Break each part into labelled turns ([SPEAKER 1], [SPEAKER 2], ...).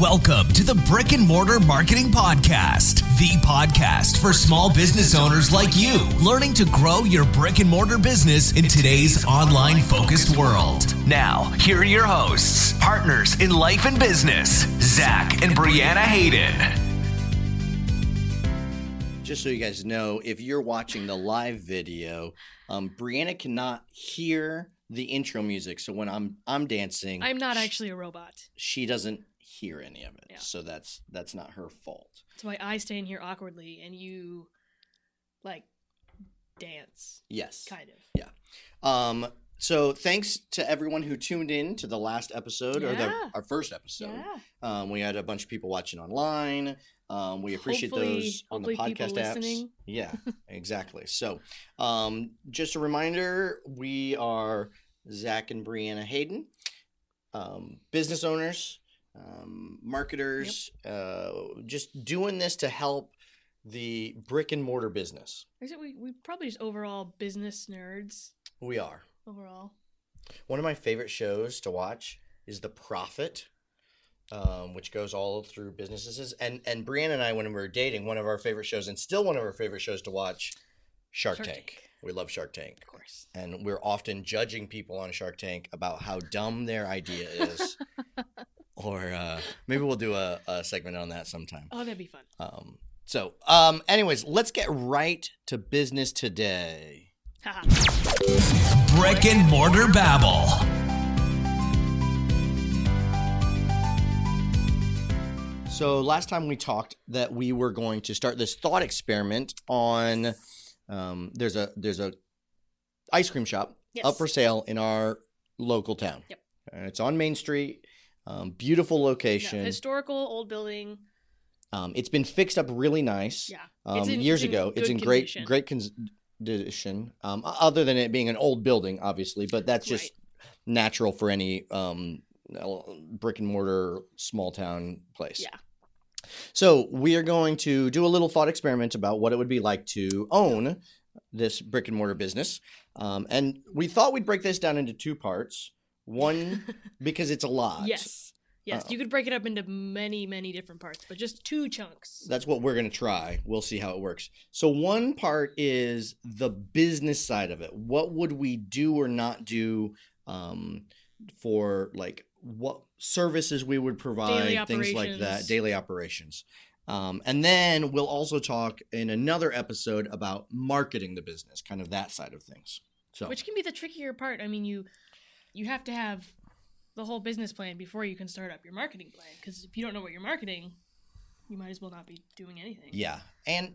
[SPEAKER 1] Welcome to the Brick and Mortar Marketing Podcast, the podcast for small business owners like you learning to grow your brick and mortar business in today's online focused world. Now, here are your hosts, partners in life and business, Zach and Brianna Hayden.
[SPEAKER 2] just so you guys know, if you're watching the live video, um, Brianna cannot hear the intro music. So when I'm I'm dancing,
[SPEAKER 3] I'm not actually a robot.
[SPEAKER 2] she doesn't hear any of it.
[SPEAKER 3] Yeah.
[SPEAKER 2] So that's that's not her fault.
[SPEAKER 3] That's why I stand here awkwardly and you, like, dance,
[SPEAKER 2] Yes.
[SPEAKER 3] kind of.
[SPEAKER 2] Um. So thanks to everyone who tuned in to the last episode or the,
[SPEAKER 3] Yeah.
[SPEAKER 2] our first episode.
[SPEAKER 3] yeah.
[SPEAKER 2] Um, we had a bunch of people watching online. Um, we appreciate
[SPEAKER 3] Hopefully-
[SPEAKER 2] those on the
[SPEAKER 3] hopefully people
[SPEAKER 2] podcast apps.
[SPEAKER 3] listening.
[SPEAKER 2] Yeah, exactly. So, um, just a reminder: we are Zach and Brianna Hayden, um, business owners, um, marketers, uh, just doing this to help the brick and mortar business.
[SPEAKER 3] Except we, we probably just overall business nerds.
[SPEAKER 2] We are.
[SPEAKER 3] Overall.
[SPEAKER 2] One of my favorite shows to watch is The Prophet, um, which goes all through businesses. And and Brianna and I, when we were dating, one of our favorite shows, and still one of our favorite shows to watch, Shark,
[SPEAKER 3] Shark
[SPEAKER 2] Tank.
[SPEAKER 3] Tank.
[SPEAKER 2] We love Shark Tank,
[SPEAKER 3] Of course.
[SPEAKER 2] and we're often judging people on Shark Tank about how dumb their idea is. or uh, maybe we'll do a, a segment on that sometime.
[SPEAKER 3] Oh, that'd be fun.
[SPEAKER 2] Um, so, um, anyways, let's get right to business today.
[SPEAKER 3] Haha.
[SPEAKER 1] Brick and Mortar Babble.
[SPEAKER 2] So last time we talked that we were going to start this thought experiment on um, there's a there's a ice cream shop
[SPEAKER 3] Yes.
[SPEAKER 2] up for sale in our local town.
[SPEAKER 3] Yep.
[SPEAKER 2] And it's on Main Street. Um, beautiful
[SPEAKER 3] Yeah,
[SPEAKER 2] location.
[SPEAKER 3] historical old building.
[SPEAKER 2] um, it's been fixed up really nice.
[SPEAKER 3] Yeah.
[SPEAKER 2] Um,
[SPEAKER 3] It's in-
[SPEAKER 2] years
[SPEAKER 3] it's in
[SPEAKER 2] ago, it's in
[SPEAKER 3] good
[SPEAKER 2] great
[SPEAKER 3] condition.
[SPEAKER 2] great condition. Um, o- other than it being an old building, obviously, but that's just natural for any um, brick and mortar small town place.
[SPEAKER 3] Yeah.
[SPEAKER 2] So we are going to do a little thought experiment about what it would be like to own this brick and mortar business, um, and we thought we'd break this down into two parts. One because it's a lot.
[SPEAKER 3] Yes. Yes.
[SPEAKER 2] Uh,
[SPEAKER 3] you could break it up into many, many different parts, but just two chunks.
[SPEAKER 2] That's what we're going to try. We'll see how it works. So, one part is the business side of it. What would we do or not do um, for like what services we would provide, things like that,
[SPEAKER 3] operations.
[SPEAKER 2] daily operations. Um, and then we'll also talk in another episode about marketing the business, kind of that side of things. So,
[SPEAKER 3] Which can be the trickier part. I mean, you you have to have the whole business plan before you can start up your marketing plan because if you don't know what you're marketing, you might as well not be doing anything.
[SPEAKER 2] Yeah, and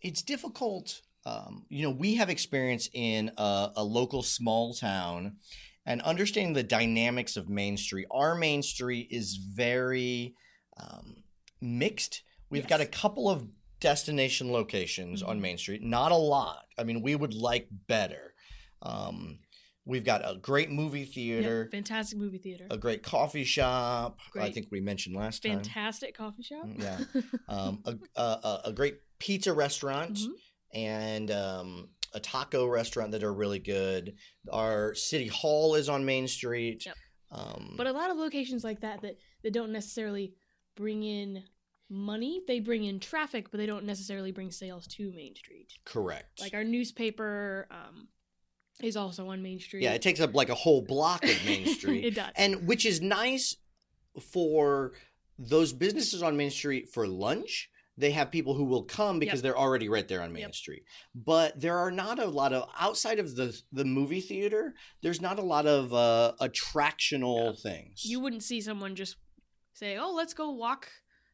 [SPEAKER 2] it's difficult. Um, you know, we have experience in a, a local small town, and understanding the dynamics of Main Street. Our Main Street is very um, mixed. We've got a
[SPEAKER 3] Yes.
[SPEAKER 2] couple of destination locations on
[SPEAKER 3] Mhm.
[SPEAKER 2] Main Street, not a lot. I mean, we would like better. Um, we've got a great movie
[SPEAKER 3] Yeah,
[SPEAKER 2] theater,
[SPEAKER 3] fantastic movie theater.
[SPEAKER 2] a great coffee shop. I
[SPEAKER 3] Great.
[SPEAKER 2] think we mentioned last time. Mm,
[SPEAKER 3] fantastic coffee shop.
[SPEAKER 2] Yeah. um, a, a- a, a great pizza restaurant
[SPEAKER 3] Mhm.
[SPEAKER 2] and um, a taco restaurant that are really good. Our city hall is on Main Street.
[SPEAKER 3] Yep.
[SPEAKER 2] Um,
[SPEAKER 3] But uh, a lot of locations like that that that don't necessarily bring in money. They bring in traffic, but they don't necessarily bring sales to Main Street.
[SPEAKER 2] correct.
[SPEAKER 3] Like our newspaper um, is also on Main Street.
[SPEAKER 2] yeah, it takes up like a whole block of Main Street,
[SPEAKER 3] it does.
[SPEAKER 2] and which is nice for those businesses on Main Street for lunch. They have people who will come because
[SPEAKER 3] Yep.
[SPEAKER 2] they're already right there on Main
[SPEAKER 3] Yep.
[SPEAKER 2] Street. But there are not a lot of outside of the the movie theater. There's not a lot of uh, attractional things.
[SPEAKER 3] you wouldn't see someone just say, "Oh, let's go walk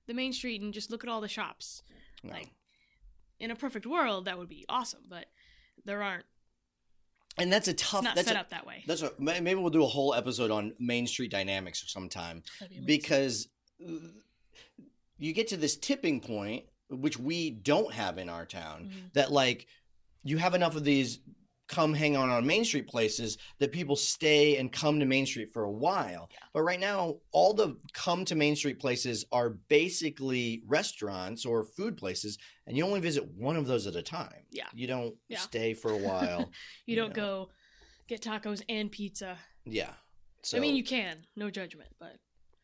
[SPEAKER 3] the main street and just look at all the shops."
[SPEAKER 2] No.
[SPEAKER 3] Like in a perfect world, that would be awesome, but there aren't.
[SPEAKER 2] and that's a tough.
[SPEAKER 3] It's not
[SPEAKER 2] that's
[SPEAKER 3] set
[SPEAKER 2] a,
[SPEAKER 3] up that way.
[SPEAKER 2] That's a, may- maybe we'll do a whole episode on Main Street dynamics sometime
[SPEAKER 3] That'd be amazing.
[SPEAKER 2] because uh, you get to this tipping point which we don't have in our town
[SPEAKER 3] Mhm.
[SPEAKER 2] that like you have enough of these come hang on on Main Street places that people stay and come to Main Street for a while.
[SPEAKER 3] Yeah.
[SPEAKER 2] But right now, all the come to Main Street places are basically restaurants or food places, and you only visit one of those at a time.
[SPEAKER 3] Yeah.
[SPEAKER 2] You don't
[SPEAKER 3] Yeah.
[SPEAKER 2] stay for a while.
[SPEAKER 3] you
[SPEAKER 2] you
[SPEAKER 3] don't
[SPEAKER 2] know.
[SPEAKER 3] go get tacos and pizza.
[SPEAKER 2] yeah. So
[SPEAKER 3] I mean, you can, no judgment, but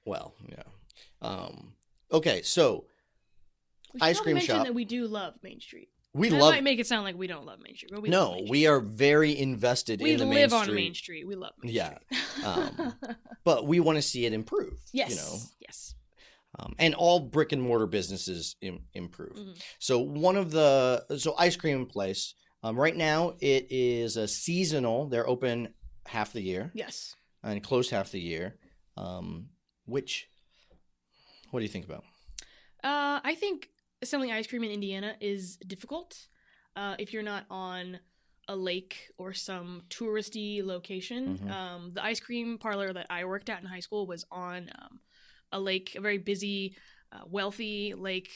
[SPEAKER 2] Well, yeah. Um, okay, so
[SPEAKER 3] We should
[SPEAKER 2] Ice
[SPEAKER 3] probably
[SPEAKER 2] cream
[SPEAKER 3] mention
[SPEAKER 2] shop.
[SPEAKER 3] that we do love Main Street.
[SPEAKER 2] we
[SPEAKER 3] that
[SPEAKER 2] love.
[SPEAKER 3] might make it sound like we don't love Main Street, but we love
[SPEAKER 2] no,
[SPEAKER 3] Main
[SPEAKER 2] we
[SPEAKER 3] Street.
[SPEAKER 2] are very invested
[SPEAKER 3] we
[SPEAKER 2] in the
[SPEAKER 3] live
[SPEAKER 2] Main
[SPEAKER 3] on
[SPEAKER 2] Street,
[SPEAKER 3] Main Street. We love Main
[SPEAKER 2] Yeah,
[SPEAKER 3] Street.
[SPEAKER 2] um, but we want to see it improve.
[SPEAKER 3] yes,
[SPEAKER 2] you know,
[SPEAKER 3] yes.
[SPEAKER 2] um, and all brick and mortar businesses Im- improve.
[SPEAKER 3] Mhm.
[SPEAKER 2] So one of the so ice cream place um, right now it is a seasonal. They're open half the year
[SPEAKER 3] Yes.
[SPEAKER 2] and closed half the year. Um, which what do you think about?
[SPEAKER 3] Uh, I think selling ice cream in Indiana is difficult uh, if you're not on a lake or some touristy location.
[SPEAKER 2] Mhm.
[SPEAKER 3] Um, the ice cream parlor that I worked at in high school was on um, a lake, a very busy, uh, wealthy lake,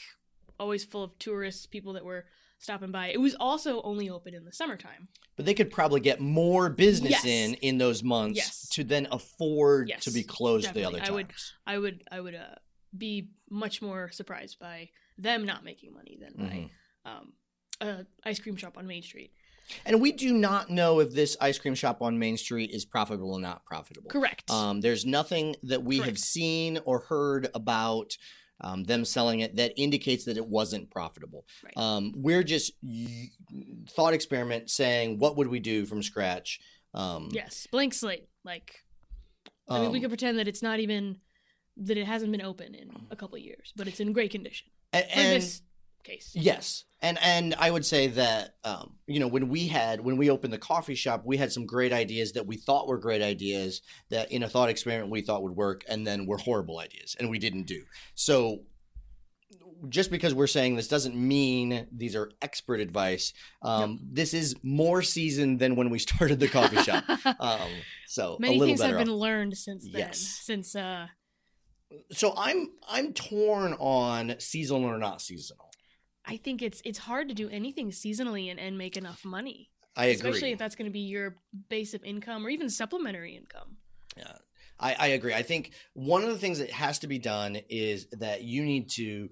[SPEAKER 3] always full of tourists, people that were stopping by. It was also only open in the summertime.
[SPEAKER 2] But they could probably get more business
[SPEAKER 3] Yes.
[SPEAKER 2] in in those months
[SPEAKER 3] Yes.
[SPEAKER 2] to then afford
[SPEAKER 3] Yes,
[SPEAKER 2] to be closed
[SPEAKER 3] definitely.
[SPEAKER 2] the other
[SPEAKER 3] I would-
[SPEAKER 2] times.
[SPEAKER 3] I would, I would uh, be much more surprised by them not making money than
[SPEAKER 2] Mhm.
[SPEAKER 3] by um, a ice cream shop on Main Street.
[SPEAKER 2] And we do not know if this ice cream shop on Main Street is profitable or not profitable.
[SPEAKER 3] Correct.
[SPEAKER 2] Um, there's nothing that we have
[SPEAKER 3] Correct.
[SPEAKER 2] seen or heard about um, them selling it that indicates that it wasn't profitable.
[SPEAKER 3] Right.
[SPEAKER 2] Um, we're just y- thought experiment saying what would we do from scratch. Um,
[SPEAKER 3] Yes, blank slate. Like I mean, we
[SPEAKER 2] um,
[SPEAKER 3] could pretend that it's not even that it hasn't been open in a couple years, but it's in great condition
[SPEAKER 2] a-
[SPEAKER 3] for
[SPEAKER 2] and-
[SPEAKER 3] this case.
[SPEAKER 2] Yes, and and I would say that um, you know when we had when we opened the coffee shop, we had some great ideas that we thought were great ideas that in a thought experiment we thought would work, and then were horrible ideas, and we didn't do. So just because we're saying this doesn't mean these are expert advice. Um, This is more seasoned than when we started the coffee shop. Um, so a
[SPEAKER 3] Many
[SPEAKER 2] little
[SPEAKER 3] things
[SPEAKER 2] better.
[SPEAKER 3] have
[SPEAKER 2] off.
[SPEAKER 3] been learned since then.
[SPEAKER 2] Yes.
[SPEAKER 3] Since uh,
[SPEAKER 2] so I'm I'm torn on seasonal or not seasonal.
[SPEAKER 3] I think it's it's hard to do anything seasonally and, and make enough money,
[SPEAKER 2] I agree.
[SPEAKER 3] especially if that's going to be your base of income or even supplementary income.
[SPEAKER 2] Yeah, I, I agree. I think one of the things that has to be done is that you need to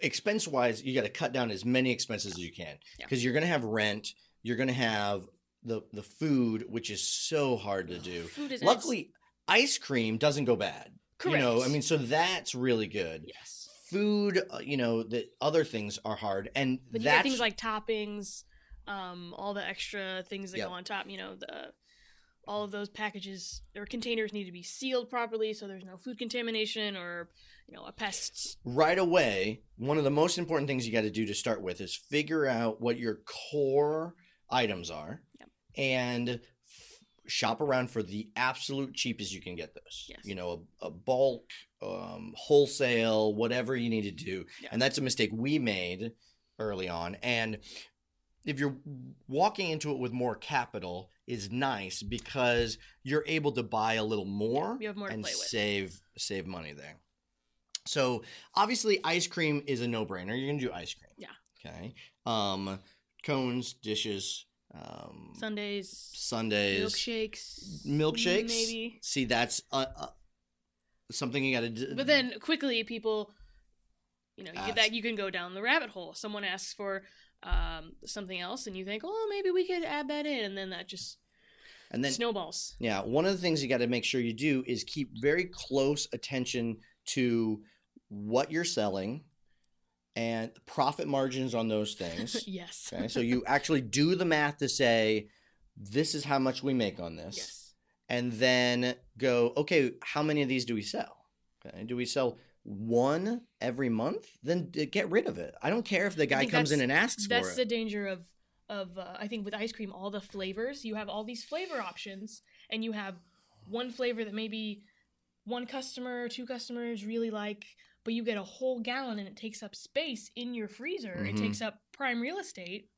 [SPEAKER 2] expense wise, you got to cut down as many expenses as you can
[SPEAKER 3] Yeah.
[SPEAKER 2] because you're going to have rent, you're going to have the the food, which is so hard to do.
[SPEAKER 3] Food is
[SPEAKER 2] Luckily, ice cream doesn't go bad. You know, I
[SPEAKER 3] Correct.
[SPEAKER 2] mean, so that's really good.
[SPEAKER 3] yes,
[SPEAKER 2] Food, uh, you know, the other things are hard, and
[SPEAKER 3] but you got
[SPEAKER 2] that's
[SPEAKER 3] things like toppings, um, all the extra things that
[SPEAKER 2] Yep.
[SPEAKER 3] go on top. You know, the all of those packages or containers need to be sealed properly so there's no food contamination or you know a pest.
[SPEAKER 2] right away, one of the most important things you got to do to start with is figure out what your core items are
[SPEAKER 3] Yep.
[SPEAKER 2] and f- shop around for the absolute cheapest you can get those.
[SPEAKER 3] Yes.
[SPEAKER 2] You know, a, a bulk, um, wholesale, whatever you need to do.
[SPEAKER 3] Yeah.
[SPEAKER 2] And that's a mistake we made early on. And if you're walking into it with more capital is nice because you're able to buy a little more
[SPEAKER 3] you have more to
[SPEAKER 2] and
[SPEAKER 3] play with.
[SPEAKER 2] save save money there. So obviously, ice cream is a no brainer. You're gonna do ice cream.
[SPEAKER 3] Yeah.
[SPEAKER 2] Okay. Um, cones, dishes, um,
[SPEAKER 3] Sundays,
[SPEAKER 2] Sundays,
[SPEAKER 3] milkshakes,
[SPEAKER 2] milkshakes.
[SPEAKER 3] maybe.
[SPEAKER 2] See, that's uh, uh, something you gotta. D-
[SPEAKER 3] But then quickly people, you know, you
[SPEAKER 2] Ask.
[SPEAKER 3] get that you can go down the rabbit hole. Someone asks for um, something else, and you think, oh, maybe we could add that in, and then that just
[SPEAKER 2] and then
[SPEAKER 3] snowballs.
[SPEAKER 2] Yeah, one of the things you got to make sure you do is keep very close attention to what you're selling and profit margins on those things.
[SPEAKER 3] yes.
[SPEAKER 2] okay, so you actually do the math to say this is how much we make on this,
[SPEAKER 3] Yes.
[SPEAKER 2] and then go, okay, how many of these do we sell? Okay, do we sell one every month? Then d- get rid of it. I don't care if the guy
[SPEAKER 3] think
[SPEAKER 2] comes in
[SPEAKER 3] that's-
[SPEAKER 2] and asks for
[SPEAKER 3] That's
[SPEAKER 2] it.
[SPEAKER 3] the danger of of uh, I think with ice cream, all the flavors you have all these flavor options, and you have one flavor that maybe one customer, two customers really like, but you get a whole gallon and it takes up space in your freezer.
[SPEAKER 2] Mhm.
[SPEAKER 3] It takes up prime real estate.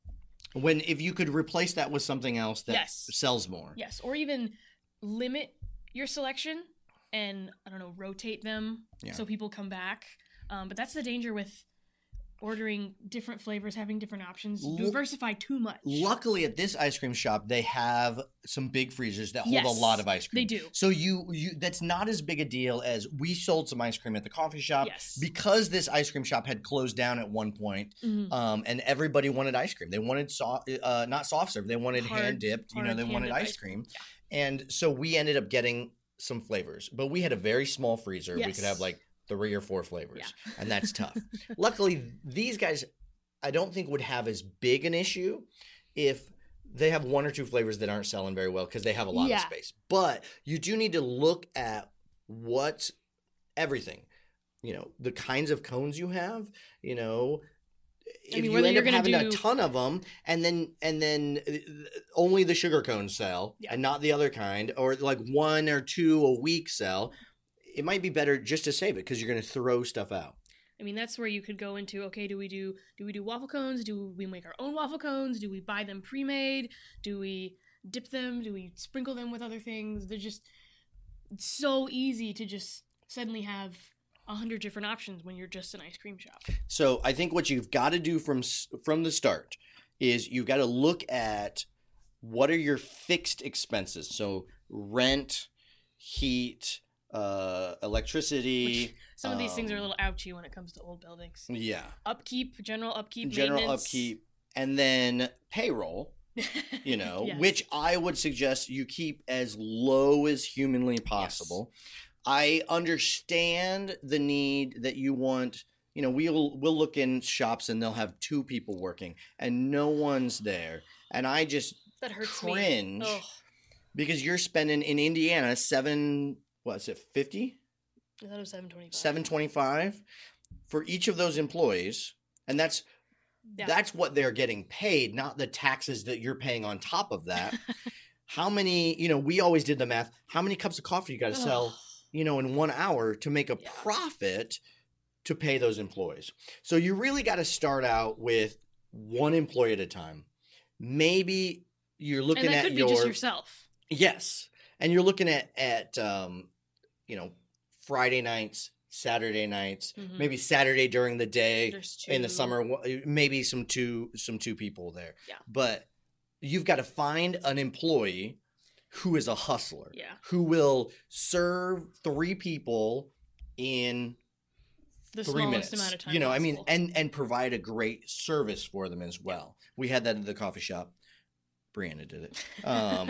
[SPEAKER 2] when if you could replace that with something else that
[SPEAKER 3] Yes.
[SPEAKER 2] sells more.
[SPEAKER 3] Yes, or even limit your selection and I don't know, rotate them
[SPEAKER 2] Yeah.
[SPEAKER 3] so people come back. Um, but that's the danger with ordering different flavors, having different options.
[SPEAKER 2] Lu-
[SPEAKER 3] Diversify too much.
[SPEAKER 2] Luckily, at this ice cream shop, they have some big freezers that hold a
[SPEAKER 3] Yes,
[SPEAKER 2] lot of ice cream.
[SPEAKER 3] they do.
[SPEAKER 2] So you, you that's not as big a deal as we sold some ice cream at the coffee shop
[SPEAKER 3] Yes.
[SPEAKER 2] because this ice cream shop had closed down at one point,
[SPEAKER 3] Mhm.
[SPEAKER 2] um, and everybody wanted ice cream. They wanted soft, uh, not soft serve. They wanted
[SPEAKER 3] Hard-
[SPEAKER 2] hand dipped. You know,
[SPEAKER 3] hard
[SPEAKER 2] they wanted
[SPEAKER 3] hand-dipped
[SPEAKER 2] ice,
[SPEAKER 3] ice
[SPEAKER 2] cream, and so we ended up getting some flavors. But we had a very small freezer. We could have
[SPEAKER 3] Yes.
[SPEAKER 2] like three or four flavors,
[SPEAKER 3] Yeah.
[SPEAKER 2] and that's tough. Luckily, these guys, I don't think would have as big an issue if they have one or two flavors that aren't selling very well because they have a lot of
[SPEAKER 3] Yeah.
[SPEAKER 2] space. But you do need to look at what's everything, you know, the kinds of cones you have, you know. If
[SPEAKER 3] mean,
[SPEAKER 2] you
[SPEAKER 3] whether
[SPEAKER 2] end
[SPEAKER 3] you're
[SPEAKER 2] up
[SPEAKER 3] gonna
[SPEAKER 2] having a
[SPEAKER 3] do-
[SPEAKER 2] ton of them, and then and then uh, only the sugar cones sell,
[SPEAKER 3] Yeah.
[SPEAKER 2] and not the other kind, or like one or two a week sell, it might be better just to save it because you're going to throw stuff out.
[SPEAKER 3] I mean, that's where you could go into. Okay, do we do do we do waffle cones? Do we make our own waffle cones? Do we buy them pre-made? Do we dip them? Do we sprinkle them with other things? They're just it's so easy to just suddenly have a hundred different options when you're just an ice cream shop.
[SPEAKER 2] So I think what you've got to do from s- from the start is you've got to look at what are your fixed expenses. So rent, heat, uh, electricity.
[SPEAKER 3] Some of these things are a
[SPEAKER 2] Um,
[SPEAKER 3] little ouchy when it comes to old buildings.
[SPEAKER 2] yeah,
[SPEAKER 3] Upkeep, general upkeep,
[SPEAKER 2] general
[SPEAKER 3] maintenance.
[SPEAKER 2] upkeep, and then payroll. you know,
[SPEAKER 3] Yes.
[SPEAKER 2] which I would suggest you keep as low as humanly possible. I understand the need that you want. You know, we'll we'll look in shops and they'll have two people working and no one's there, and I just
[SPEAKER 3] that hurts me.
[SPEAKER 2] cringe
[SPEAKER 3] Ugh.
[SPEAKER 2] because you're spending in Indiana seven what's it fifty
[SPEAKER 3] I thought it was seven twenty-five.
[SPEAKER 2] seven twenty five for each of those employees, and that's
[SPEAKER 3] Yeah.
[SPEAKER 2] that's what they're getting paid, not the taxes that you're paying on top of that. how many, you know, we always did the math. How many cups of coffee you got to
[SPEAKER 3] Ugh.
[SPEAKER 2] sell, you know, in one hour to make a
[SPEAKER 3] Yeah.
[SPEAKER 2] profit to pay those employees? So you really got to start out with one employee at a time. Maybe you're looking
[SPEAKER 3] and that
[SPEAKER 2] at
[SPEAKER 3] could be
[SPEAKER 2] your
[SPEAKER 3] just yourself.
[SPEAKER 2] yes, and you're looking at at um, you know Friday nights, Saturday nights,
[SPEAKER 3] Mhm.
[SPEAKER 2] maybe Saturday during the day
[SPEAKER 3] There's
[SPEAKER 2] in the
[SPEAKER 3] two-
[SPEAKER 2] summer w- maybe some two some two people there
[SPEAKER 3] Yeah.
[SPEAKER 2] but you've got to find an employee who is a hustler
[SPEAKER 3] Yeah.
[SPEAKER 2] who will serve three people in
[SPEAKER 3] the
[SPEAKER 2] three
[SPEAKER 3] smallest
[SPEAKER 2] minutes
[SPEAKER 3] amount of time.
[SPEAKER 2] you know i mean
[SPEAKER 3] possible.
[SPEAKER 2] and and provide a great service for them as well we had that at the coffee shop brianna did it um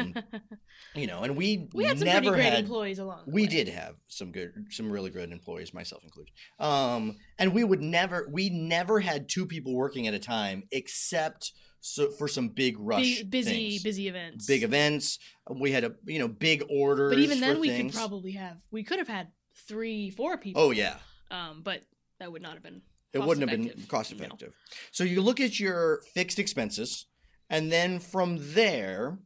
[SPEAKER 2] you know and we
[SPEAKER 3] we had some
[SPEAKER 2] never
[SPEAKER 3] pretty great
[SPEAKER 2] had
[SPEAKER 3] employees along. the
[SPEAKER 2] we
[SPEAKER 3] way.
[SPEAKER 2] did have some good some really good employees myself included um and we would never we never had two people working at a time except so for some big rush
[SPEAKER 3] Big, busy,
[SPEAKER 2] things.
[SPEAKER 3] busy events.
[SPEAKER 2] big events we had a you know big orders
[SPEAKER 3] But even
[SPEAKER 2] for
[SPEAKER 3] then, we
[SPEAKER 2] things.
[SPEAKER 3] could probably have. We could have had three, four people.
[SPEAKER 2] oh yeah
[SPEAKER 3] Um, but that would not have been.
[SPEAKER 2] it
[SPEAKER 3] cost
[SPEAKER 2] wouldn't have been
[SPEAKER 3] effective.
[SPEAKER 2] cost
[SPEAKER 3] No.
[SPEAKER 2] effective so you look at your fixed expenses and then from there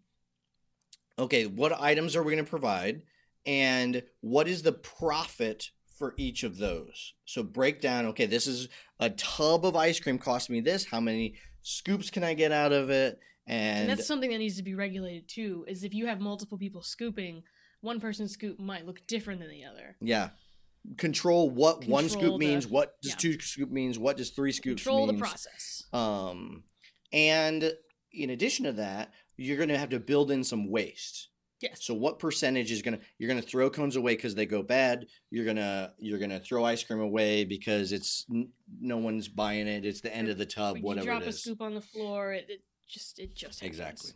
[SPEAKER 2] okay what items are we going to provide and what is the profit for each of those so break down okay this is a tub of ice cream cost me this how many scoops can i get out of it and,
[SPEAKER 3] And, that's something that needs to be regulated too. Is if you have multiple people scooping, one person's scoop might look different than the other.
[SPEAKER 2] yeah control what one
[SPEAKER 3] Control
[SPEAKER 2] scoop
[SPEAKER 3] the-
[SPEAKER 2] means what does
[SPEAKER 3] yeah.
[SPEAKER 2] two scoop means what does three scoops
[SPEAKER 3] Control the
[SPEAKER 2] means.
[SPEAKER 3] process.
[SPEAKER 2] Um, and in addition to that, you're going to have to build in some waste.
[SPEAKER 3] Yes.
[SPEAKER 2] So what percentage is going to you're going to throw cones away because they go bad? You're gonna you're gonna throw ice cream away because it's n- no one's buying it. It's the end of the tub,
[SPEAKER 3] When
[SPEAKER 2] uh,
[SPEAKER 3] you
[SPEAKER 2] whatever
[SPEAKER 3] drop
[SPEAKER 2] it
[SPEAKER 3] a
[SPEAKER 2] is.
[SPEAKER 3] scoop on the floor, it, it just it just happens.
[SPEAKER 2] Exactly.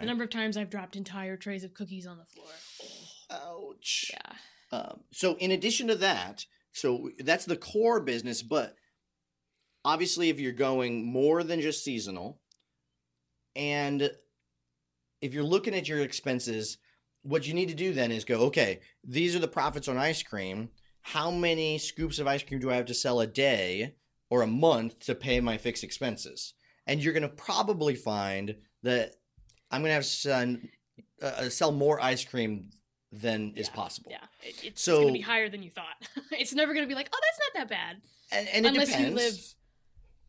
[SPEAKER 3] The number of times I've dropped entire trays of cookies on the floor.
[SPEAKER 2] Ouch.
[SPEAKER 3] Yeah.
[SPEAKER 2] Um, so in addition to that, so that's the core business, but obviously if you're going more than just seasonal and if you're looking at your expenses, what you need to do then is go, okay, these are the profits on ice cream. How many scoops of ice cream do I have to sell a day or a month to pay my fixed expenses? And you're going to probably find that I'm going to have to send, uh, sell more ice cream than is
[SPEAKER 3] Yeah,
[SPEAKER 2] possible.
[SPEAKER 3] Yeah, it, it's- it's
[SPEAKER 2] So-
[SPEAKER 3] gonna be higher than you thought. it's never gonna be like, oh, that's not that bad.
[SPEAKER 2] and, and it
[SPEAKER 3] Unless you
[SPEAKER 2] depends.
[SPEAKER 3] live-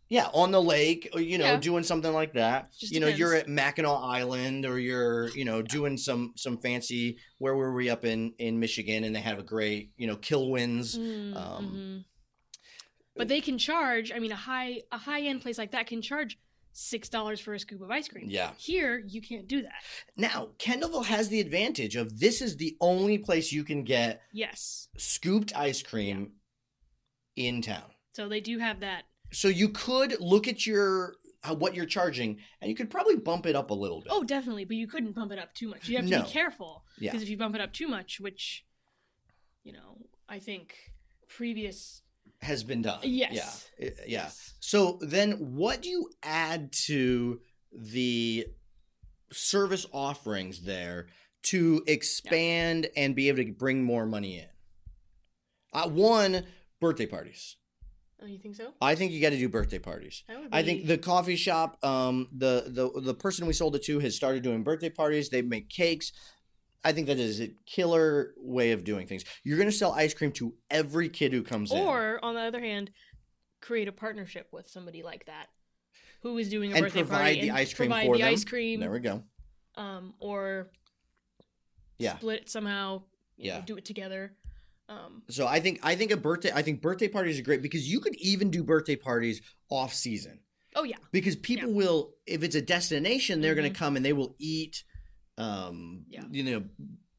[SPEAKER 2] yeah on the lake or you know
[SPEAKER 3] Yeah.
[SPEAKER 2] doing something like that
[SPEAKER 3] Just
[SPEAKER 2] you know you're at
[SPEAKER 3] depends.
[SPEAKER 2] mackinac island or you're you know doing some some fancy where were we up in in michigan and they have a great you know kill wins
[SPEAKER 3] Mm,
[SPEAKER 2] Um,
[SPEAKER 3] mhm. But they can charge. I mean, a high a high end place like that can charge six dollars for a scoop of ice cream.
[SPEAKER 2] Yeah.
[SPEAKER 3] Here, you can't do that.
[SPEAKER 2] now kendallville has the advantage of this is the only place you can get
[SPEAKER 3] Yes.
[SPEAKER 2] scooped ice cream in town
[SPEAKER 3] So they do have that.
[SPEAKER 2] so you could look at your how- what you're charging and you could probably bump it up a little bit
[SPEAKER 3] Oh, definitely. But you couldn't bump it up too much. You have to
[SPEAKER 2] No.
[SPEAKER 3] be careful
[SPEAKER 2] Yeah.
[SPEAKER 3] because if you bump it up too much, which you know, I think previous.
[SPEAKER 2] has been done.
[SPEAKER 3] Yes.
[SPEAKER 2] Yeah. I- Yeah.
[SPEAKER 3] Yes.
[SPEAKER 2] So then what do you add to the service offerings there to expand and be able to bring more money in? Uh, one, birthday parties.
[SPEAKER 3] Oh, you think so?
[SPEAKER 2] I think you got to do birthday parties.
[SPEAKER 3] That would
[SPEAKER 2] I think
[SPEAKER 3] be-
[SPEAKER 2] the coffee shop, um, the, the the person we sold it to has started doing birthday parties. They make cakes. I think that is a killer way of doing things. You're going to sell ice cream to every kid who comes in.
[SPEAKER 3] Or on the other hand, create a partnership with somebody like that, who is doing a
[SPEAKER 2] And
[SPEAKER 3] birthday
[SPEAKER 2] provide
[SPEAKER 3] party
[SPEAKER 2] the
[SPEAKER 3] and
[SPEAKER 2] ice cream
[SPEAKER 3] provide
[SPEAKER 2] for
[SPEAKER 3] the
[SPEAKER 2] them.
[SPEAKER 3] ice cream,
[SPEAKER 2] There we go.
[SPEAKER 3] um, or
[SPEAKER 2] Yeah.
[SPEAKER 3] split it somehow, you know,
[SPEAKER 2] Yeah.
[SPEAKER 3] do it together. Um,
[SPEAKER 2] So I think I think a birthday I think birthday parties are great because you could even do birthday parties off season
[SPEAKER 3] oh yeah,
[SPEAKER 2] because people will if it's a destination they're going
[SPEAKER 3] Mhm.
[SPEAKER 2] to come and they will eat um
[SPEAKER 3] Yeah.
[SPEAKER 2] you know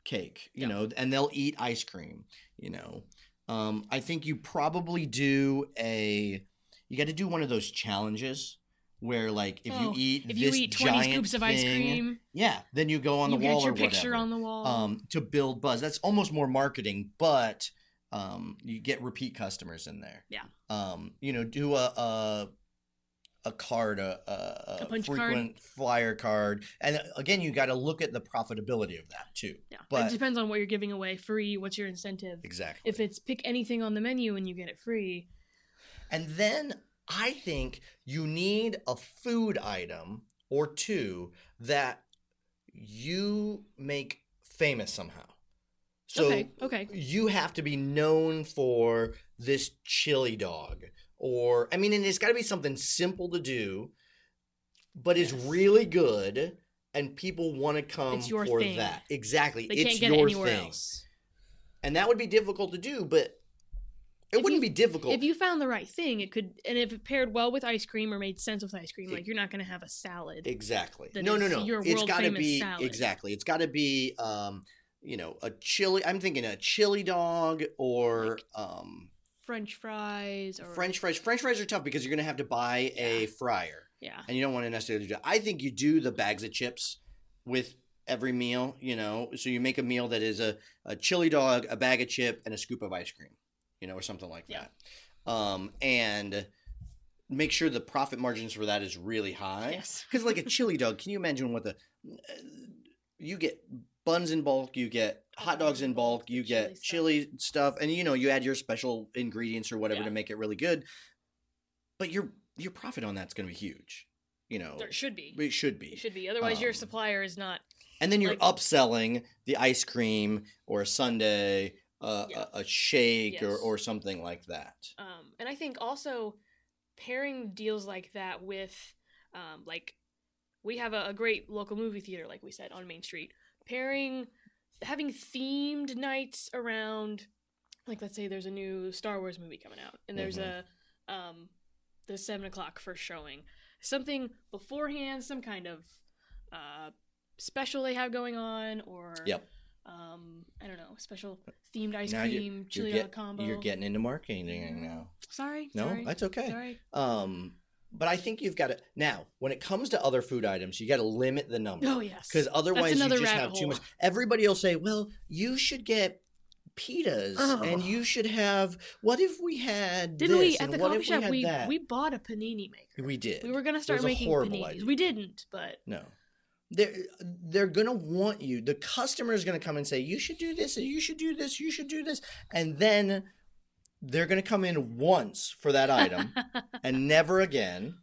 [SPEAKER 2] cake you
[SPEAKER 3] Yeah.
[SPEAKER 2] know and they'll eat ice cream you know um I think you probably do a you got to do one of those challenges where like if
[SPEAKER 3] Oh,
[SPEAKER 2] you eat
[SPEAKER 3] if you
[SPEAKER 2] this
[SPEAKER 3] eat twenty
[SPEAKER 2] giant
[SPEAKER 3] scoops of ice
[SPEAKER 2] thing,
[SPEAKER 3] cream,
[SPEAKER 2] yeah then you go on
[SPEAKER 3] you
[SPEAKER 2] the
[SPEAKER 3] get
[SPEAKER 2] wall
[SPEAKER 3] your
[SPEAKER 2] or
[SPEAKER 3] picture
[SPEAKER 2] whatever
[SPEAKER 3] on the wall.
[SPEAKER 2] um, to build buzz. That's almost more marketing, but um, you get repeat customers in there.
[SPEAKER 3] Yeah.
[SPEAKER 2] Um, you know, do a a, a card, a, a,
[SPEAKER 3] A punch card.
[SPEAKER 2] frequent flyer card, and uh, again, you got to look at the profitability of that too.
[SPEAKER 3] yeah,
[SPEAKER 2] but-
[SPEAKER 3] it depends on what you're giving away. Free, what's your incentive?
[SPEAKER 2] Exactly.
[SPEAKER 3] If it's pick anything on the menu and you get it free,
[SPEAKER 2] And then I think you need a food item or two that you make famous somehow. So
[SPEAKER 3] okay, okay,
[SPEAKER 2] you have to be known for this chili dog or i mean and it's got to be something simple to do but it's
[SPEAKER 3] Yes.
[SPEAKER 2] really good and people want to come
[SPEAKER 3] It's your
[SPEAKER 2] for
[SPEAKER 3] thing.
[SPEAKER 2] that exactly
[SPEAKER 3] they
[SPEAKER 2] it's
[SPEAKER 3] can't get it
[SPEAKER 2] your
[SPEAKER 3] anywhere
[SPEAKER 2] thing
[SPEAKER 3] else.
[SPEAKER 2] and that would be difficult to do but it
[SPEAKER 3] If
[SPEAKER 2] wouldn't
[SPEAKER 3] you-
[SPEAKER 2] be difficult
[SPEAKER 3] If you found the right thing, it could, and if it paired well with ice cream or made sense with ice cream,
[SPEAKER 2] E-
[SPEAKER 3] like you're not going to have a salad.
[SPEAKER 2] Exactly.
[SPEAKER 3] that
[SPEAKER 2] No, no,
[SPEAKER 3] is
[SPEAKER 2] no.
[SPEAKER 3] your
[SPEAKER 2] It's
[SPEAKER 3] world
[SPEAKER 2] got to
[SPEAKER 3] famous
[SPEAKER 2] be
[SPEAKER 3] salad.
[SPEAKER 2] exactly. It's got to be um, you know, a chili. I'm thinking a chili dog or um,
[SPEAKER 3] French fries or
[SPEAKER 2] French fries. French fries are tough because you're gonna have to buy a
[SPEAKER 3] Yeah.
[SPEAKER 2] fryer,
[SPEAKER 3] Yeah,
[SPEAKER 2] and you don't want to necessarily do. I think you do the bags of chips with every meal. You know, so you make a meal that is a a chili dog, a bag of chip, and a scoop of ice cream. You know, or something like
[SPEAKER 3] Yeah.
[SPEAKER 2] that. Um, and make sure the profit margins for that is really high.
[SPEAKER 3] yes,
[SPEAKER 2] Because like a chili dog, can you imagine what the you get buns in bulk, you get hot dogs in bulk, you
[SPEAKER 3] Chili
[SPEAKER 2] get
[SPEAKER 3] stuff.
[SPEAKER 2] chili stuff, and you know you add your special ingredients or whatever
[SPEAKER 3] Yeah.
[SPEAKER 2] to make it really good. But your your profit on that's going to be huge. You know,
[SPEAKER 3] there should be.
[SPEAKER 2] it should be.
[SPEAKER 3] It should be. Otherwise, your
[SPEAKER 2] Um,
[SPEAKER 3] supplier is not.
[SPEAKER 2] And then you're
[SPEAKER 3] like-
[SPEAKER 2] upselling the ice cream or a sundae, uh,
[SPEAKER 3] Yeah.
[SPEAKER 2] a, a shake or,
[SPEAKER 3] Yes.
[SPEAKER 2] or something like that.
[SPEAKER 3] Um, and I think also pairing deals like that with, um, like, we have a, a great local movie theater, like we said on Main Street. Pairing, having themed nights around, like let's say there's a new Star Wars movie coming out, and there's
[SPEAKER 2] Mm-hmm.
[SPEAKER 3] a, um, the seven o'clock first showing, something beforehand, some kind of, uh, special they have going on, or
[SPEAKER 2] Yep.
[SPEAKER 3] um, I don't know, special themed ice
[SPEAKER 2] Now you-
[SPEAKER 3] cream,
[SPEAKER 2] you're
[SPEAKER 3] chili
[SPEAKER 2] get-
[SPEAKER 3] dog combo.
[SPEAKER 2] You're getting into marketing now.
[SPEAKER 3] Sorry.
[SPEAKER 2] No,
[SPEAKER 3] sorry,
[SPEAKER 2] that's okay.
[SPEAKER 3] Sorry.
[SPEAKER 2] Um, but I think you've got to now when it comes to other food items, you got to limit the number.
[SPEAKER 3] Oh yes.
[SPEAKER 2] because otherwise you
[SPEAKER 3] another
[SPEAKER 2] just
[SPEAKER 3] rabbit
[SPEAKER 2] have too
[SPEAKER 3] hole.
[SPEAKER 2] much. Everybody will say, "Well, you should get pitas,
[SPEAKER 3] Ugh.
[SPEAKER 2] and you should have." What if we had?
[SPEAKER 3] Oh. didn't
[SPEAKER 2] this,
[SPEAKER 3] we at
[SPEAKER 2] and
[SPEAKER 3] the
[SPEAKER 2] what
[SPEAKER 3] coffee
[SPEAKER 2] if
[SPEAKER 3] shop
[SPEAKER 2] We, had
[SPEAKER 3] we,
[SPEAKER 2] that?
[SPEAKER 3] we bought a panini maker.
[SPEAKER 2] We did.
[SPEAKER 3] We were gonna start
[SPEAKER 2] was a
[SPEAKER 3] making
[SPEAKER 2] horrible
[SPEAKER 3] paninis.
[SPEAKER 2] idea.
[SPEAKER 3] We didn't, but
[SPEAKER 2] no. They're, they're gonna want you. The customer is gonna come and say, "You should do this, and you should do this, you should do this," and then they're gonna come in once for that item and never again.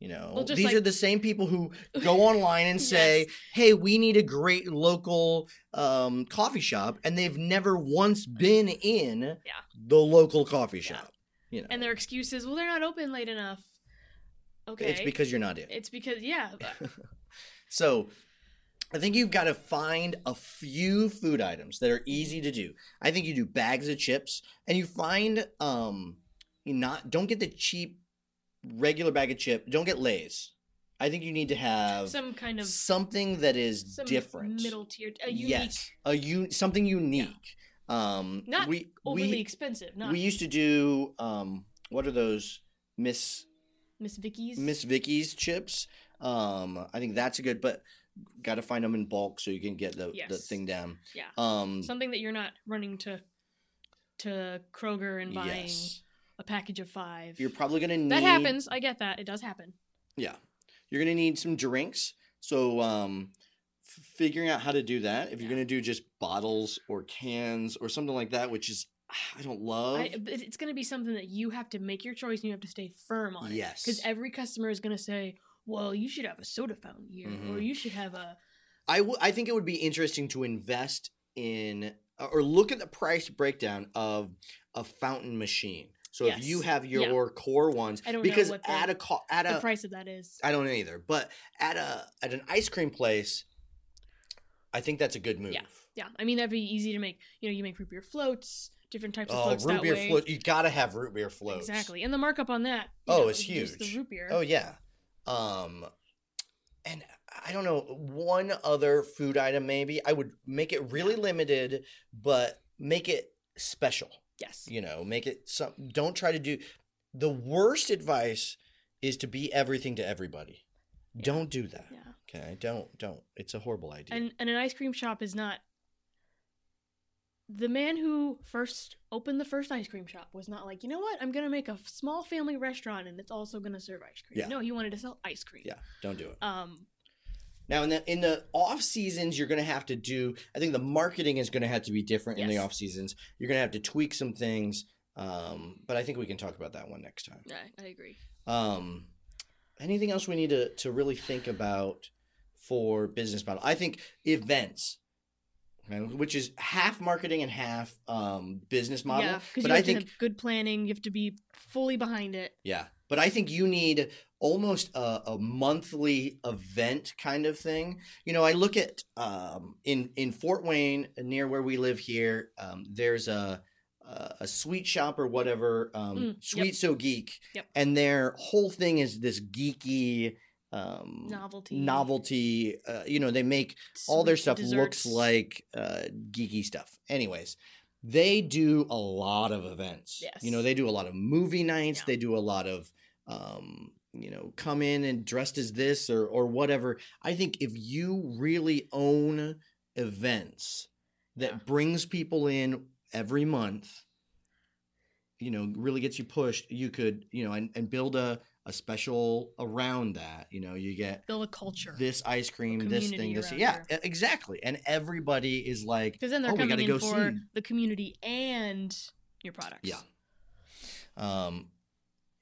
[SPEAKER 2] You know,
[SPEAKER 3] Well, just
[SPEAKER 2] these
[SPEAKER 3] like-
[SPEAKER 2] are the same people who go online and say, "Hey, we need a great local um, coffee shop," and they've never once been in the local coffee
[SPEAKER 3] Yeah.
[SPEAKER 2] shop. You know,
[SPEAKER 3] and their excuse is, well, they're not open late enough. Okay.
[SPEAKER 2] it's because you're not in.
[SPEAKER 3] It's because yeah, uh,
[SPEAKER 2] So I think you've got to find a few food items that are
[SPEAKER 3] Mm-hmm.
[SPEAKER 2] easy to do. I think you do bags of chips and you find um you not don't get the cheap regular bag of chip. Don't get Lay's. I think you need to have
[SPEAKER 3] some kind of
[SPEAKER 2] something that is
[SPEAKER 3] some
[SPEAKER 2] different.
[SPEAKER 3] middle tier, a unique,
[SPEAKER 2] Yes. A un- something unique. Um
[SPEAKER 3] Not
[SPEAKER 2] we
[SPEAKER 3] overly
[SPEAKER 2] we,
[SPEAKER 3] expensive. Not
[SPEAKER 2] we used to do um what are those Miss
[SPEAKER 3] Miss Vicky's.
[SPEAKER 2] Miss Vicky's chips. Um, I think that's a good, but got to find them in bulk so you can get the, the
[SPEAKER 3] Yes.
[SPEAKER 2] thing down.
[SPEAKER 3] Yeah.
[SPEAKER 2] Um,
[SPEAKER 3] Something that you're not running to to Kroger and buying
[SPEAKER 2] Yes.
[SPEAKER 3] a package of five.
[SPEAKER 2] You're probably gonna need
[SPEAKER 3] that happens. I get that. It does happen.
[SPEAKER 2] Yeah, you're gonna need some drinks. So um, f- figuring out how to do that. If you're
[SPEAKER 3] Yeah.
[SPEAKER 2] gonna do just bottles or cans or something like that, which is I don't love.
[SPEAKER 3] I, but it's going to be something that you have to make your choice and you have to stay firm on it.
[SPEAKER 2] yes,
[SPEAKER 3] Because every customer is going to say, well, you should have a soda fountain here, or
[SPEAKER 2] Mhm.
[SPEAKER 3] you should have a.
[SPEAKER 2] I, w- I think it would be interesting to invest in uh, or look at the price breakdown of a fountain machine. So if you
[SPEAKER 3] Yes.
[SPEAKER 2] have your core ones,
[SPEAKER 3] I don't know
[SPEAKER 2] because
[SPEAKER 3] what the-
[SPEAKER 2] at a co- at
[SPEAKER 3] The
[SPEAKER 2] a
[SPEAKER 3] price of that is.
[SPEAKER 2] I don't know either, but at a at an ice cream place, I think that's a good move.
[SPEAKER 3] Yeah, I mean, that'd be easy to make. You know, you make root beer floats, different types of
[SPEAKER 2] Oh,
[SPEAKER 3] floats
[SPEAKER 2] root
[SPEAKER 3] that
[SPEAKER 2] beer
[SPEAKER 3] way.
[SPEAKER 2] float. You gotta have root beer floats.
[SPEAKER 3] Exactly. And the markup on that. you
[SPEAKER 2] Oh, it's
[SPEAKER 3] just
[SPEAKER 2] huge.
[SPEAKER 3] The root beer.
[SPEAKER 2] Oh yeah. Um and I don't know, one other food item maybe. I would make it really limited, but make it special.
[SPEAKER 3] yes.
[SPEAKER 2] You know, make it some don't try to do the worst advice is to be everything to everybody. Don't do that.
[SPEAKER 3] Yeah.
[SPEAKER 2] Okay. Don't don't. It's a horrible idea.
[SPEAKER 3] And and an ice cream shop is not. The man who first opened the first ice cream shop was not like, you know what? I'm gonna make a f- small family restaurant and it's also gonna serve ice cream.
[SPEAKER 2] Yeah.
[SPEAKER 3] No, he wanted to sell ice cream.
[SPEAKER 2] yeah, don't do it.
[SPEAKER 3] Um.
[SPEAKER 2] Now in the in the off seasons, you're going to have to do. I think the marketing is going to have to be different in the
[SPEAKER 3] Yes.
[SPEAKER 2] off seasons. You're going to have to tweak some things, um, but I think we can talk about that one next time.
[SPEAKER 3] Yeah, I agree.
[SPEAKER 2] Um, anything else we need to to really think about for business model? I think events, okay, which is half marketing and half um, business model.
[SPEAKER 3] Yeah, because
[SPEAKER 2] but
[SPEAKER 3] you
[SPEAKER 2] I
[SPEAKER 3] have to
[SPEAKER 2] think
[SPEAKER 3] have good planning. You have to be fully behind it.
[SPEAKER 2] yeah, but I think you need almost a, a monthly event kind of thing. You know, I look at um, in in Fort Wayne near where we live here. Um, there's a uh, a a sweet shop or whatever, um,
[SPEAKER 3] Mm, yep.
[SPEAKER 2] Sweet So Geek,
[SPEAKER 3] Yep.
[SPEAKER 2] and their whole thing is this geeky um,
[SPEAKER 3] Novelty.
[SPEAKER 2] novelty, uh, you know, they make all their
[SPEAKER 3] sweet
[SPEAKER 2] stuff looks
[SPEAKER 3] desserts.
[SPEAKER 2] like uh, geeky stuff. Anyways, they do a lot of events.
[SPEAKER 3] Yes.
[SPEAKER 2] You know, they do a lot of movie nights.
[SPEAKER 3] Yeah.
[SPEAKER 2] They do a lot of, um, you know, come in and dressed as this or or whatever. I think if you really own events that
[SPEAKER 3] Yeah.
[SPEAKER 2] brings people in every month, you know, really gets you pushed, you could, you know, and, and build a a special around that. You know, you get
[SPEAKER 3] build a culture.
[SPEAKER 2] this ice cream, this thing,
[SPEAKER 3] community
[SPEAKER 2] this
[SPEAKER 3] around
[SPEAKER 2] yeah,
[SPEAKER 3] here.
[SPEAKER 2] e- exactly. And everybody is like,
[SPEAKER 3] Because then they're
[SPEAKER 2] Oh, we
[SPEAKER 3] coming
[SPEAKER 2] gotta
[SPEAKER 3] in
[SPEAKER 2] go
[SPEAKER 3] for
[SPEAKER 2] see.
[SPEAKER 3] the community and your products.
[SPEAKER 2] yeah. Um,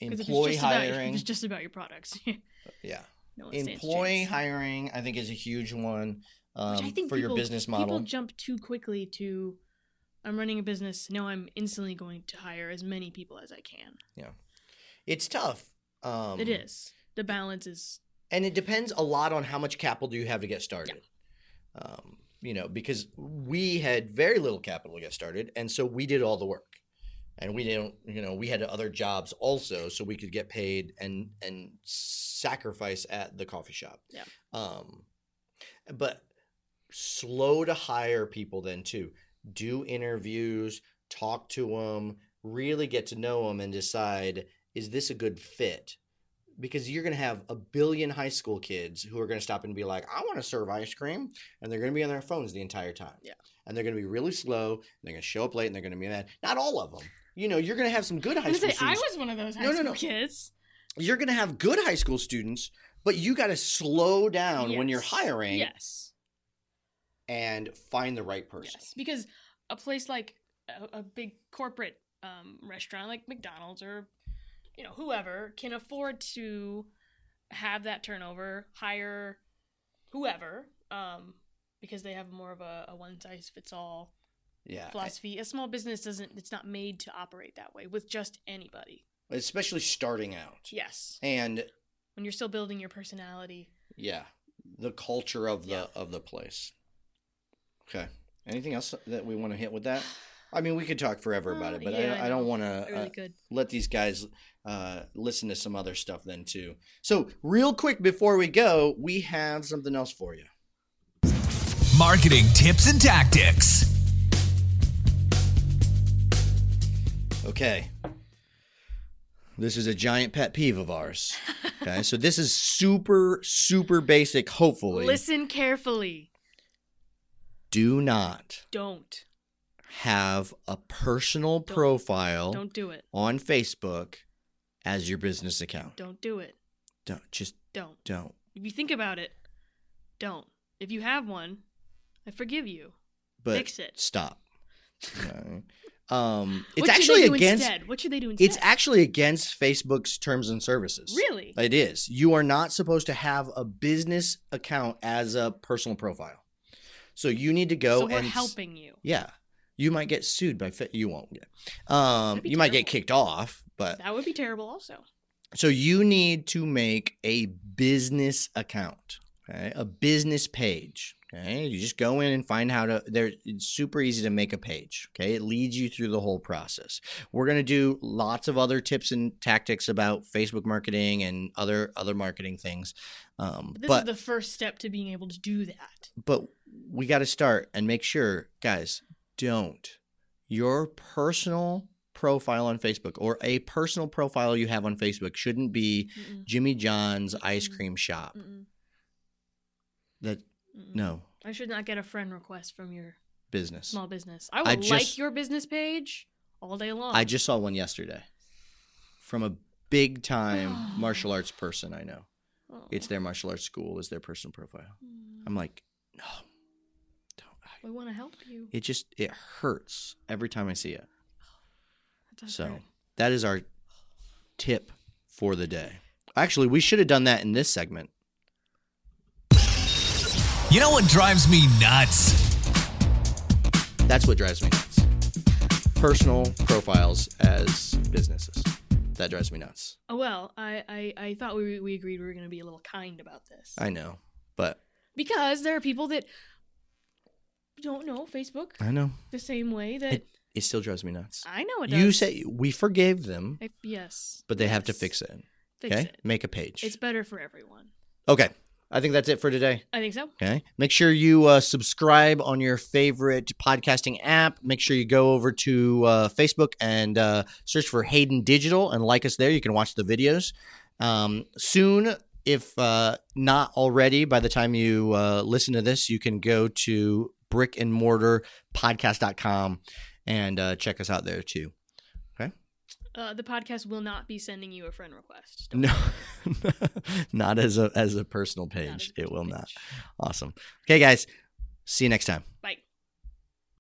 [SPEAKER 3] Because if
[SPEAKER 2] employee
[SPEAKER 3] it's just about
[SPEAKER 2] hiring,
[SPEAKER 3] if it's just about your products,
[SPEAKER 2] yeah,
[SPEAKER 3] no one stands a
[SPEAKER 2] employee
[SPEAKER 3] chance.
[SPEAKER 2] hiring, I think is a huge one
[SPEAKER 3] Which I
[SPEAKER 2] um,
[SPEAKER 3] think
[SPEAKER 2] for your
[SPEAKER 3] people-
[SPEAKER 2] business model.
[SPEAKER 3] People jump too quickly to I'm running a business. Now I'm instantly going to hire as many people as I can.
[SPEAKER 2] it's tough. Um,
[SPEAKER 3] it is. The balance is
[SPEAKER 2] and it depends a lot on how much capital do you have to get started. Um, you know, because we had very little capital to get started, and so we did all the work, and we didn't. You know, we had other jobs also, so we could get paid and and sacrifice at the coffee shop.
[SPEAKER 3] Yeah.
[SPEAKER 2] Um, but slow to hire people then too. Do interviews, talk to them, really get to know them, and decide is this a good fit because you're going to have a billion high school kids who are going to stop and be like, I want to serve ice cream. And they're going to be on their phones the entire time.
[SPEAKER 3] Yeah.
[SPEAKER 2] And they're going to be really slow. And they're going to show up late and they're going to be mad. Not all of them. You know, you're going to have some good
[SPEAKER 3] I'm
[SPEAKER 2] high
[SPEAKER 3] gonna
[SPEAKER 2] school
[SPEAKER 3] say I
[SPEAKER 2] students.
[SPEAKER 3] was one of those high
[SPEAKER 2] No, no,
[SPEAKER 3] school
[SPEAKER 2] no.
[SPEAKER 3] kids.
[SPEAKER 2] You're going to have good high school students, but you got to slow down when you're
[SPEAKER 3] Yes.
[SPEAKER 2] hiring
[SPEAKER 3] Yes.
[SPEAKER 2] and find the right person.
[SPEAKER 3] Yes. Because a place like a, a big corporate um, restaurant like McDonald's or you know, whoever can afford to have that turnover, hire whoever, um, because they have more of a, a one size fits all
[SPEAKER 2] Yeah.
[SPEAKER 3] philosophy. A small business doesn't it's not made to operate that way with just anybody.
[SPEAKER 2] e, Especially starting out.
[SPEAKER 3] Yes.
[SPEAKER 2] And
[SPEAKER 3] When you're still building your personality.
[SPEAKER 2] yeah, the culture of the
[SPEAKER 3] Yeah.
[SPEAKER 2] of the place. Okay. Anything else that we want to hit with that? I mean, we could talk forever about
[SPEAKER 3] Uh,
[SPEAKER 2] it, but
[SPEAKER 3] yeah,
[SPEAKER 2] I, I
[SPEAKER 3] I
[SPEAKER 2] don't
[SPEAKER 3] know.
[SPEAKER 2] want
[SPEAKER 3] I
[SPEAKER 2] to
[SPEAKER 3] really
[SPEAKER 2] uh,
[SPEAKER 3] could.
[SPEAKER 2] let these guys uh, listen to some other stuff then too. So, real quick before we go, we have something else for you.
[SPEAKER 1] Marketing tips and tactics.
[SPEAKER 2] Okay. This is a giant pet peeve of ours. Okay, so this is super, super basic. Hopefully,
[SPEAKER 3] Listen carefully.
[SPEAKER 2] do not
[SPEAKER 3] Don't
[SPEAKER 2] have a personal profile
[SPEAKER 3] Don't do it.
[SPEAKER 2] on Facebook as your business account.
[SPEAKER 3] Don't do it.
[SPEAKER 2] Don't just
[SPEAKER 3] Don't.
[SPEAKER 2] don't.
[SPEAKER 3] If you think about it, don't. If you have one, I forgive you.
[SPEAKER 2] But
[SPEAKER 3] Fix it.
[SPEAKER 2] Stop. Okay. um, it's
[SPEAKER 3] what
[SPEAKER 2] actually
[SPEAKER 3] should they do
[SPEAKER 2] against.
[SPEAKER 3] Instead? What should they do instead?
[SPEAKER 2] It's actually against Facebook's terms and services.
[SPEAKER 3] really
[SPEAKER 2] It is. You are not supposed to have a business account as a personal profile. So you need to go
[SPEAKER 3] so. We're
[SPEAKER 2] and s-
[SPEAKER 3] helping you.
[SPEAKER 2] Yeah. You might get sued by fa- you won't get. Um
[SPEAKER 3] That'd be
[SPEAKER 2] you might get
[SPEAKER 3] terrible.
[SPEAKER 2] kicked off, but
[SPEAKER 3] That would be terrible, also.
[SPEAKER 2] so you need to make a business account, okay? A business page, okay? You just go in and find how to there it's super easy to make a page, okay? It leads you through the whole process. We're going to do lots of other tips and tactics about Facebook marketing and other other marketing things. Um
[SPEAKER 3] But this
[SPEAKER 2] but
[SPEAKER 3] is the first step to being able to do that.
[SPEAKER 2] but we got to start and make sure, guys, don't. Your personal profile on Facebook or a personal profile you have on Facebook shouldn't be
[SPEAKER 3] Mm-mm,
[SPEAKER 2] Jimmy John's ice cream shop.
[SPEAKER 3] mm-mm,
[SPEAKER 2] That
[SPEAKER 3] mm-mm.
[SPEAKER 2] no
[SPEAKER 3] I should not get a friend request from your
[SPEAKER 2] business.
[SPEAKER 3] small business. I will
[SPEAKER 2] I just-
[SPEAKER 3] like your business page all day long.
[SPEAKER 2] I just saw one yesterday from a big time martial arts person I know.
[SPEAKER 3] Oh.
[SPEAKER 2] It's their martial arts school is their personal profile.
[SPEAKER 3] Mm,
[SPEAKER 2] I'm like, no, don't.
[SPEAKER 3] We want to help you.
[SPEAKER 2] It just it hurts every time I see it.
[SPEAKER 3] That does
[SPEAKER 2] So
[SPEAKER 3] hurt.
[SPEAKER 2] that is our tip for the day. Actually, we should have done that in this segment.
[SPEAKER 1] You know what drives me nuts?
[SPEAKER 2] That's what drives me nuts. Personal profiles as businesses. That drives me nuts.
[SPEAKER 3] Oh, well, I, I, I thought we, we agreed we were going to be a little kind about this.
[SPEAKER 2] I know, but
[SPEAKER 3] because there are people that don't know Facebook
[SPEAKER 2] I know
[SPEAKER 3] the same way that
[SPEAKER 2] it, it still drives me nuts.
[SPEAKER 3] I know it does.
[SPEAKER 2] You say we forgave them,
[SPEAKER 3] I- yes.
[SPEAKER 2] but they have to
[SPEAKER 3] yes.
[SPEAKER 2] fix it.
[SPEAKER 3] Fix
[SPEAKER 2] okay,
[SPEAKER 3] it.
[SPEAKER 2] make a page.
[SPEAKER 3] It's better for everyone.
[SPEAKER 2] okay, I think that's it for today.
[SPEAKER 3] I think so.
[SPEAKER 2] Okay. Make sure you uh, subscribe on your favorite podcasting app. Make sure you go over to uh, Facebook and uh, search for Hayden Digital and like us there. You can watch the videos. Um, soon, if uh, not already, by the time you uh, listen to this, you can go to brick and mortar podcast.com and uh, check us out there too.
[SPEAKER 3] Uh, the podcast will not be sending you a friend request.
[SPEAKER 2] No, not as a, as a personal page.
[SPEAKER 3] Not as
[SPEAKER 2] it will
[SPEAKER 3] much.
[SPEAKER 2] not. Awesome. Okay, guys. See you next time.